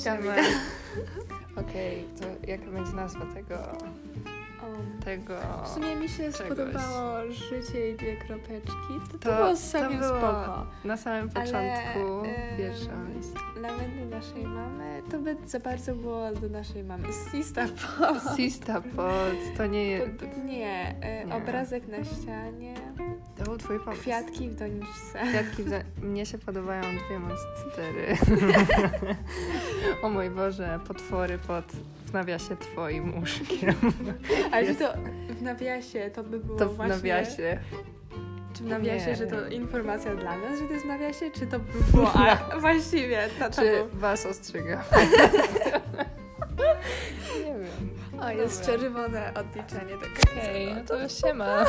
ścianę. Okej, to jaka będzie nazwa tego... tego... W sumie mi się Tak. Czegoś. spodobało życie i dwie kropeczki. To, to, To- było to całkiem było- spoko. Na samym początku em, pierwsza miejsce. Nawet do naszej mamy, to by za bardzo było do naszej mamy. Sista po. Sista Pod, to nie jest... To- Nie, e, Nie. obrazek na ścianie, To był twój pomysł. kwiatki w doniczce. Kwiatki w za- mnie się podobają dwie monstery. o mój Boże, potwory pod w nawiasie twoim łóżkiem. Ale Jest. to w nawiasie to by było To w No właśnie... nawiasie. Czy w nawiasie, Nie. że to informacja dla nas, że to jest w nawiasie, czy to by było... A, właściwie, to, to Czy było. was ostrzegam? nie wiem. no No O, jest czerwone odliczenie. Tak. Okej, no to siema.